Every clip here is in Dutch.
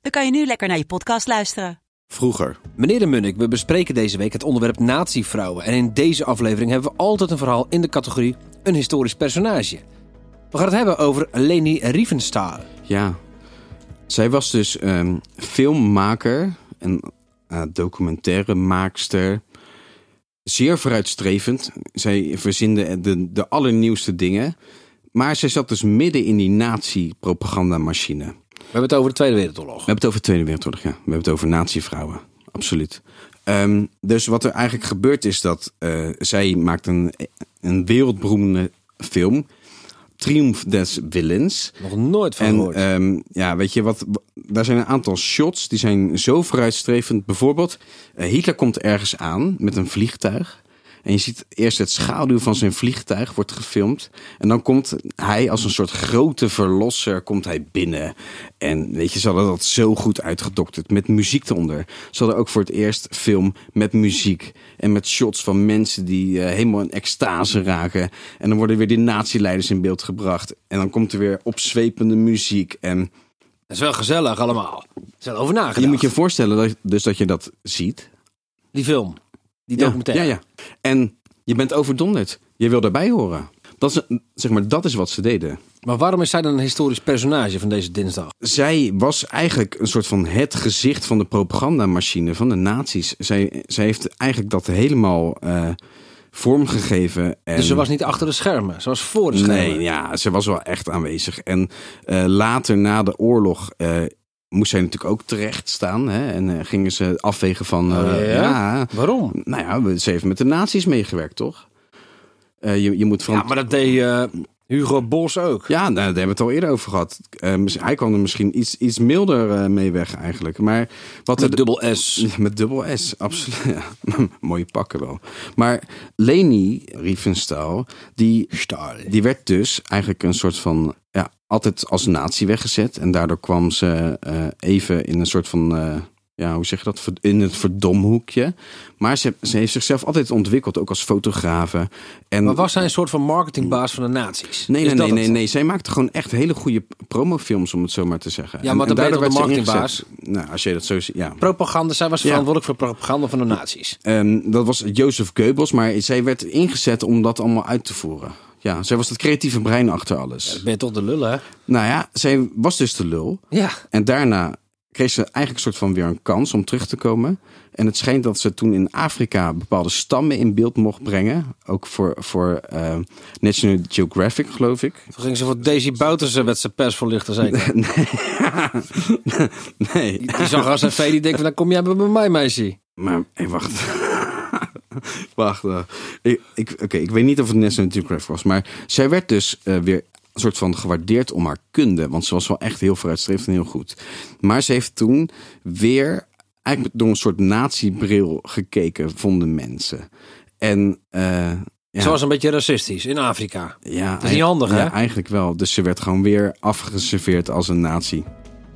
dan kan je nu lekker naar je podcast luisteren. Vroeger. Meneer de Munnik, we bespreken deze week het onderwerp natievrouwen. En in deze aflevering hebben we altijd een verhaal in de categorie een historisch personage. We gaan het hebben over Leni Riefenstahl. Ja. Zij was dus ehm, filmmaker en eh documentairemaakster. Zeer vooruitstrevend. Zij verzinde de, de allernieuwste dingen. Maar zij zat dus midden in die nazi-propagandamachine. We hebben het over de Tweede Wereldoorlog. We hebben het over de Tweede Wereldoorlog, ja. We hebben het over natievrouwen. Absoluut. Ehm, dus wat er eigenlijk gebeurd is dat eh, zij maakt een, een wereldberoemde film. Triumph des Willens. Nog nooit van En gehoord. ehm, ja, weet je wat? Daar zijn een aantal shots die zijn zo vooruitstrevend. Bijvoorbeeld, eh, Hitler komt ergens aan met een vliegtuig. En je ziet eerst het schaduw van zijn vliegtuig wordt gefilmd. En dan komt hij als een soort grote verlosser komt hij binnen. Eh, En weet je, ze hadden dat zo goed uitgedokterd. Met muziek eronder. Ze hadden ook voor het eerst film met muziek. En met shots van mensen die eh, helemaal in extase raken. En dan worden weer die natieleiders in beeld gebracht. En dan komt er weer opzwepende muziek. En dat is wel gezellig allemaal. Er is wel over nagedacht. je moet je voorstellen dat, dus dat je dat ziet. Die film. Die Ja, documentaire. Ja, ja. En je bent overdonderd. Je wil daarbij horen. Dat is, zeg maar, dat is wat ze deden. Maar waarom is zij dan een historisch personage van deze dinsdag? Zij was eigenlijk een soort van het gezicht van de propagandamachine van de nazi's. Zij, zij heeft eigenlijk dat helemaal eh, vormgegeven. En Dus ze was niet achter de schermen. Ze was voor de schermen. Nee, ja, ze was wel echt aanwezig. En eh, later na de oorlog eh, moest zij natuurlijk ook terecht staan. Hè? En eh, gingen ze afwegen van... Oh, eh, ja? ja, Waarom? nou ja, we- ze heeft met de nazi's meegewerkt, toch? Eh, je, je moet van... Ja, maar dat deed eh, Hugo Bos ook. Ja, nou, daar hebben we het al eerder over gehad. Eh, mis- hij kwam er misschien iets, iets milder eh, mee weg eigenlijk. Maar wat Met er... dubbel S. Met dubbel S, absoluut. Ja, Mooie pakken wel. Maar Leni Riefenstahl, die, die werd dus eigenlijk een soort van... Ja, altijd als nazi weggezet. En daardoor kwam ze eh, even in een soort van... eh, ja, hoe zeg je dat? Verd- In het verdomhoekje. Maar ze, ze heeft zichzelf altijd ontwikkeld, ook als fotografe. En Maar was zij een soort van marketingbaas van de nazi's? Nee, Is nee, dat nee, nee, het? nee. Zij maakte gewoon echt hele goede promofilms, om het zo maar te zeggen. Ja, maar dan ben je daardoor toch de werd ze marketingbaas? ingezet. Nou, als je dat zo ziet, ja. Propaganda, zij was Ja. verantwoordelijk voor propaganda van de nazi's. Ehm, dat was Jozef Goebbels, maar zij werd ingezet om dat allemaal uit te voeren. Ja, zij was het creatieve brein achter alles. Ben je toch de lul, hè? Nou ja, zij was dus de lul. Ja. En daarna kreeg ze eigenlijk een soort van weer een kans om terug te komen. En het schijnt dat ze toen in Afrika bepaalde stammen in beeld mocht brengen. Ook voor, voor eh, National Geographic, geloof ik. Toen ging ze voor Daisy Boutersen werd ze pers voorlichten, zeker. nee. Die zag als een vee, die denkt van, dan kom jij bij mij, meisje. Maar, hé, wacht. wacht. eh, ik, ik, Oké, ik weet niet of het National Geographic was. Maar zij werd dus eh, weer een soort van gewaardeerd om haar kunde. Want ze was wel echt heel vooruitstrevend en heel goed. Maar ze heeft toen weer eigenlijk door een soort natiebril gekeken, vonden mensen. En eh, ja, Ze was een beetje racistisch in Afrika. ja, is niet handig, ja, hè? eigenlijk wel. Dus ze werd gewoon weer afgeserveerd als een nazi.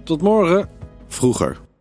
Tot morgen. Vroeger.